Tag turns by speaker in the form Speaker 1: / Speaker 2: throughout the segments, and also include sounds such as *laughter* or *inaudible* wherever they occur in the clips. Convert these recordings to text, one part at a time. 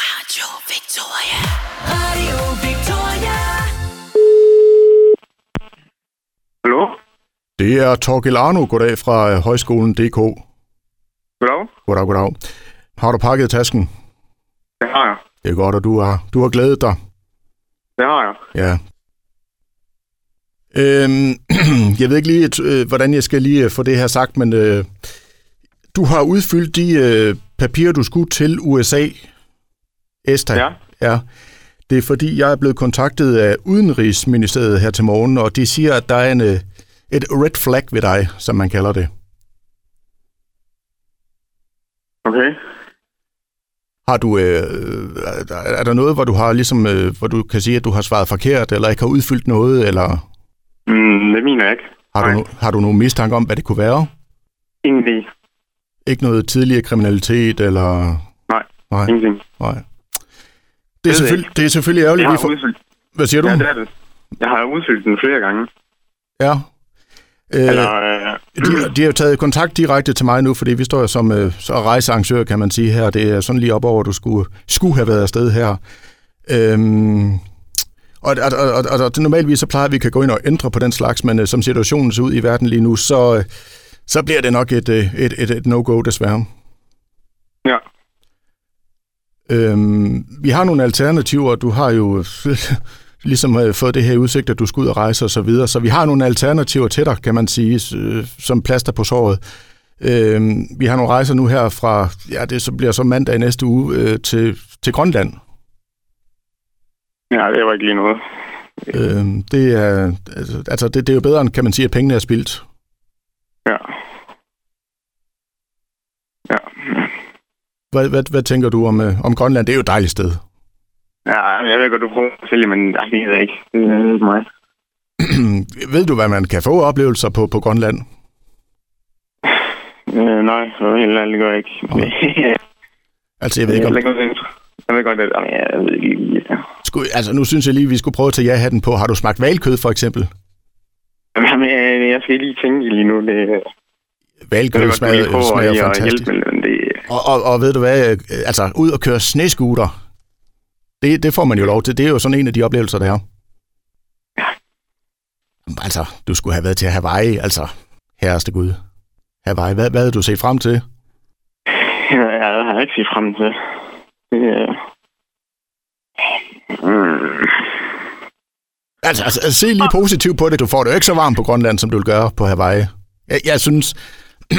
Speaker 1: Radio Victoria. Radio Victoria.
Speaker 2: Hallo?
Speaker 3: Det er Torgil Arno, goddag fra øh, Højskolen DK.
Speaker 2: Goddag?
Speaker 3: Goddag, goddag. Har du pakket tasken?
Speaker 2: Det har jeg.
Speaker 3: Det er godt, og du har, du har glædet dig.
Speaker 2: Det har jeg.
Speaker 3: Ja. Øhm, *clears throat* jeg ved ikke lige, t- øh, hvordan jeg skal lige øh, få det her sagt, men øh, du har udfyldt de øh, papirer, du skulle til USA. ESTA.
Speaker 2: Ja.
Speaker 3: ja. Det er fordi, jeg er blevet kontaktet af Udenrigsministeriet her til morgen, og de siger, at der er en, øh, et red flag ved dig, som man kalder det.
Speaker 2: Okay.
Speaker 3: Har du, øh, er- er der noget, hvor du har ligesom, øh, hvor du kan sige, at du har svaret forkert, eller ikke har udfyldt noget, eller
Speaker 2: Mm, det mener jeg ikke.
Speaker 3: har, du,
Speaker 2: Nej.
Speaker 3: no- har du nogen mistanke om, hvad det kunne være?
Speaker 2: Ingenting.
Speaker 3: Ikke noget tidligere kriminalitet, eller...
Speaker 2: Nej,
Speaker 3: Nej,
Speaker 2: ingenting.
Speaker 3: nej. Det
Speaker 2: jeg
Speaker 3: er, selvfølgelig, det er selvfølgelig ærgerligt.
Speaker 2: Jeg
Speaker 3: Vi
Speaker 2: har
Speaker 3: får,
Speaker 2: udfyldt,
Speaker 3: hvad siger du?
Speaker 2: ja, det er det. Jeg har udfyldt den flere gange.
Speaker 3: Ja.
Speaker 2: Eller,
Speaker 3: Øh,
Speaker 2: øh,
Speaker 3: de, de har jo taget kontakt direkte til mig nu, fordi vi står jo som øh, så rejsearrangør, kan man sige her. Det er sådan lige op over, du skulle, skulle have været afsted her. Øhm, og, og, og, og, og, og normalvis så plejer vi at gå ind og ændre på den slags, men øh, som situationen ser ud i verden lige nu, så, øh, så bliver det nok et, øh, et, et, et no-go desværre.
Speaker 2: ja.
Speaker 3: Øhm, vi har nogle alternativer. Du har jo *laughs* ligesom øh, fået det her i udsigt, at du skal ud og rejse og så videre. Så vi har nogle alternativer til dig, kan man sige, s- øh, som plaster på såret. Øhm, vi har nogle rejser nu her fra, ja, det så bliver så mandag i næste uge øh, til, til Grønland.
Speaker 2: ja, det var ikke lige noget.
Speaker 3: Øhm, det, er, altså, det, det er jo bedre, end kan man sige, at pengene er spildt.
Speaker 2: Ja. Ja.
Speaker 3: Hvad, hvad, hvad tænker du om, øh, om Grønland? Det er jo et dejligt sted. *clears throat*
Speaker 2: Ja, jeg ved godt, du prøver at sælge, men nej, det gider jeg ikke. Det er ikke mig.
Speaker 3: Ved du, hvad man kan få af oplevelser på, på Grønland?
Speaker 2: Øh, nej, det var helt ærligt, det gør *laughs* jeg ikke.
Speaker 3: Nej. Altså, jeg ved ikke, om,
Speaker 2: Jeg ved godt, jeg ved godt, at... Jamen, jeg ved ikke lige... Ja.
Speaker 3: Skulle, altså, nu synes jeg lige, vi skulle prøve at tage ja-hatten på. Har du smagt valkød, for eksempel?
Speaker 2: Jamen, jeg, jeg skal lige tænke lige nu. Det, det er
Speaker 3: Valkød
Speaker 2: godt, du
Speaker 3: smager,
Speaker 2: lige prøver
Speaker 3: smager
Speaker 2: lige at
Speaker 3: fantastisk.
Speaker 2: hjælpe med, men det...
Speaker 3: Og, og, og ved du hvad, øh, altså, ud og køre snescooter, det, det får man jo lov til. Det er jo sådan en af de oplevelser, der er. Jamen, Altså, du skulle have været til Hawaii, altså, herreste Gud. Hawaii, hvad, hvad havde du set frem til?
Speaker 2: Ja, jeg har ikke set frem til. Det er... Mm.
Speaker 3: Altså, altså, altså, se lige positivt på det. Du får det jo ikke så varmt på Grønland, som du vil gøre på Hawaii. Jeg, jeg synes...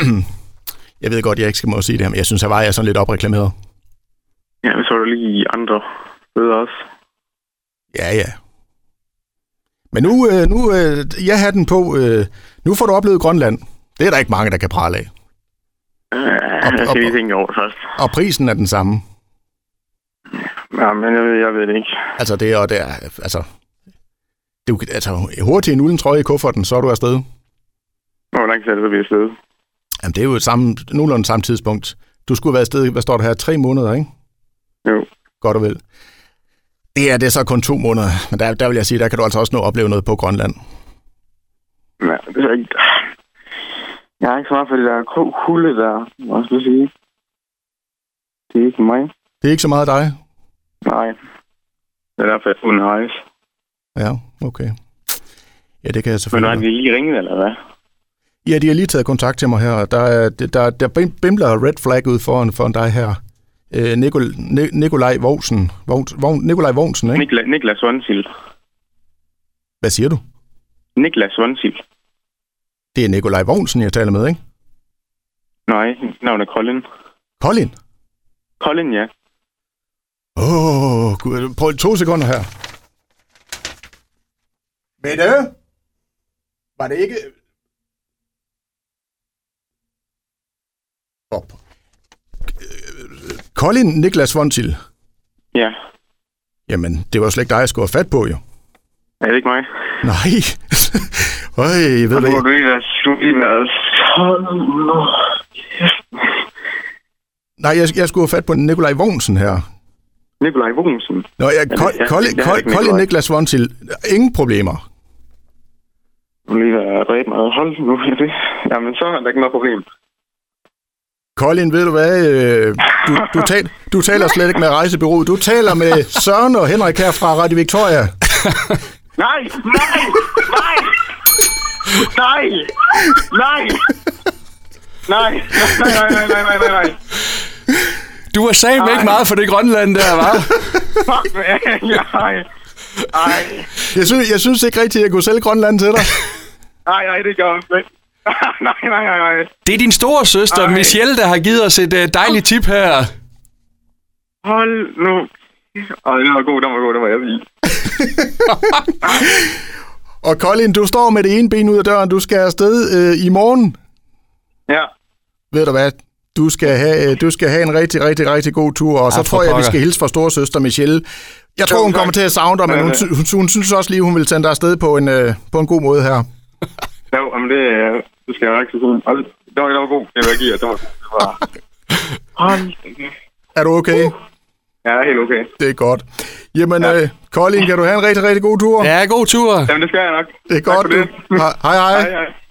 Speaker 3: *clears throat* jeg ved godt, jeg ikke skal må sige det her, men jeg synes, Hawaii er sådan lidt opreklameret.
Speaker 2: Ja, men så er der lige andre ved også.
Speaker 3: Ja, ja. Men nu, øh, nu øh, jeg har den på. Øh, nu får du oplevet Grønland. Det er der ikke mange, der kan prale af.
Speaker 2: Ja, jeg
Speaker 3: op,
Speaker 2: skal lige
Speaker 3: op.
Speaker 2: tænke over det først.
Speaker 3: Og prisen er den samme.
Speaker 2: Ja, men jeg ved, jeg ved det ikke.
Speaker 3: Altså, det er, og det er altså, du, kan- altså, hurtigt en ulden trøje i kufferten, så er du afsted.
Speaker 2: Hvor lang tid er det, så vi er afsted?
Speaker 3: Jamen, det er jo et samme, nogenlunde samme tidspunkt. Du skulle have været afsted, hvad står der her, tre måneder, ikke?
Speaker 2: Jo.
Speaker 3: Godt og vel. Det er det er så kun to måneder, men der, der vil jeg sige, der kan du altså også nå at opleve noget på Grønland.
Speaker 2: Ja, det er ikke... Jeg har ikke så meget for det der ko- kulde der, må jeg så sige. Det er ikke mig.
Speaker 3: Det er ikke så meget dig?
Speaker 2: Nej. Det er derfor, jeg uden hejs.
Speaker 3: Ja, okay. Ja, det kan jeg
Speaker 2: Men
Speaker 3: selvfølgelig.
Speaker 2: har de lige ringet, eller hvad?
Speaker 3: Ja, de har lige taget kontakt til mig her, og der, er- der, der bim- bimler red flag ud foran, foran dig her. Øh, Nikol, Ni- Nikolaj Vognsen. Vogn, Vogn, Nikolaj Vognsen, ikke?
Speaker 2: Nikla, Niklas Vonsil.
Speaker 3: Hvad siger du?
Speaker 2: Niklas Vonsil.
Speaker 3: Det er Nikolaj Vognsen, jeg taler med, ikke?
Speaker 2: Nej, navnet er Colin.
Speaker 3: Colin?
Speaker 2: Colin, ja.
Speaker 3: Åh, oh, gud. Prøv to sekunder her. Mette? Var det ikke... Op. Øh, Colin Niklas Vontil.
Speaker 2: Ja.
Speaker 3: Jamen, det var slet ikke dig, jeg skulle have fat på, jo.
Speaker 2: Er det ikke mig?
Speaker 3: Nej. *laughs* Øj, ved
Speaker 2: Og nu må
Speaker 3: du ikke.
Speaker 2: du lige være sulten og sådan noget.
Speaker 3: Nej, jeg, jeg skulle have fat på Nikolaj Vognsen her.
Speaker 2: Nikolaj Vogensen.
Speaker 3: Nå, jeg,
Speaker 2: det-
Speaker 3: Kol,
Speaker 2: ja,
Speaker 3: Kol,
Speaker 2: det er
Speaker 3: Kol,
Speaker 2: ikke
Speaker 3: Kolde
Speaker 2: Nikolaj.
Speaker 3: Niklas Vontil. Ingen problemer.
Speaker 2: Du må lige være ret meget. Hold nu, jeg det. Jamen, så er der ikke noget problem.
Speaker 3: Colin, ved du hvad? øh, Du,
Speaker 2: *laughs*
Speaker 3: du, tal, du taler slet ikke med rejsebyrået. Du taler med Søren og Henrik her fra Radio Victoria.
Speaker 2: Nej, nej, nej, nej, nej, nej, nej, nej, nej, nej, nej, nej.
Speaker 4: Du har sagt ikke meget for det Grønland der, var.
Speaker 2: Fuck, man. Nej, nej,
Speaker 3: Jeg synes, jeg synes ikke rigtigt, at jeg kunne sælge Grønland til dig.
Speaker 2: nej, nej, det gør jeg ikke. *laughs* Nej, nej, nej, nej.
Speaker 4: Det er din store søster,
Speaker 2: Ej.
Speaker 4: Michelle, der har givet os et øh, dejligt tip her.
Speaker 2: Hold nu. Ej, den var god, den var god, den var jeg vild.
Speaker 3: Og Colin, du står med det ene ben ud af døren. Du skal afsted øh, i morgen.
Speaker 2: Ja.
Speaker 3: Ved du hvad? Du skal have, øh, du skal have en rigtig, rigtig, rigtig god tur. Og så
Speaker 4: Ja, for
Speaker 3: tror jeg, vi
Speaker 4: pokker.
Speaker 3: skal hilse fra storesøster Michelle. Jeg tror,
Speaker 2: Jo,
Speaker 3: hun
Speaker 2: tak.
Speaker 3: kommer til at savne dig, men
Speaker 2: Ja,
Speaker 3: hun,
Speaker 2: ja.
Speaker 3: sy- hun, hun synes også lige, hun vil sende dig afsted på en, øh, på en god måde her.
Speaker 2: Jo, jamen det, øh, det skal jeg rigtig sige. Og det det var, det var god, det var jeg give jer. Det var, det var... Hold da.
Speaker 3: Er du okay?
Speaker 2: Uh. Ja, det er helt okay.
Speaker 3: Det er godt. Jamen, øh, Colin, kan du have en rigtig, rigtig god tur?
Speaker 4: Ja, god tur.
Speaker 2: Jamen, det skal jeg nok.
Speaker 3: Det er
Speaker 2: Tak
Speaker 3: godt,
Speaker 2: for
Speaker 3: du.
Speaker 2: det.
Speaker 3: Hej, hej.
Speaker 2: hej, hej.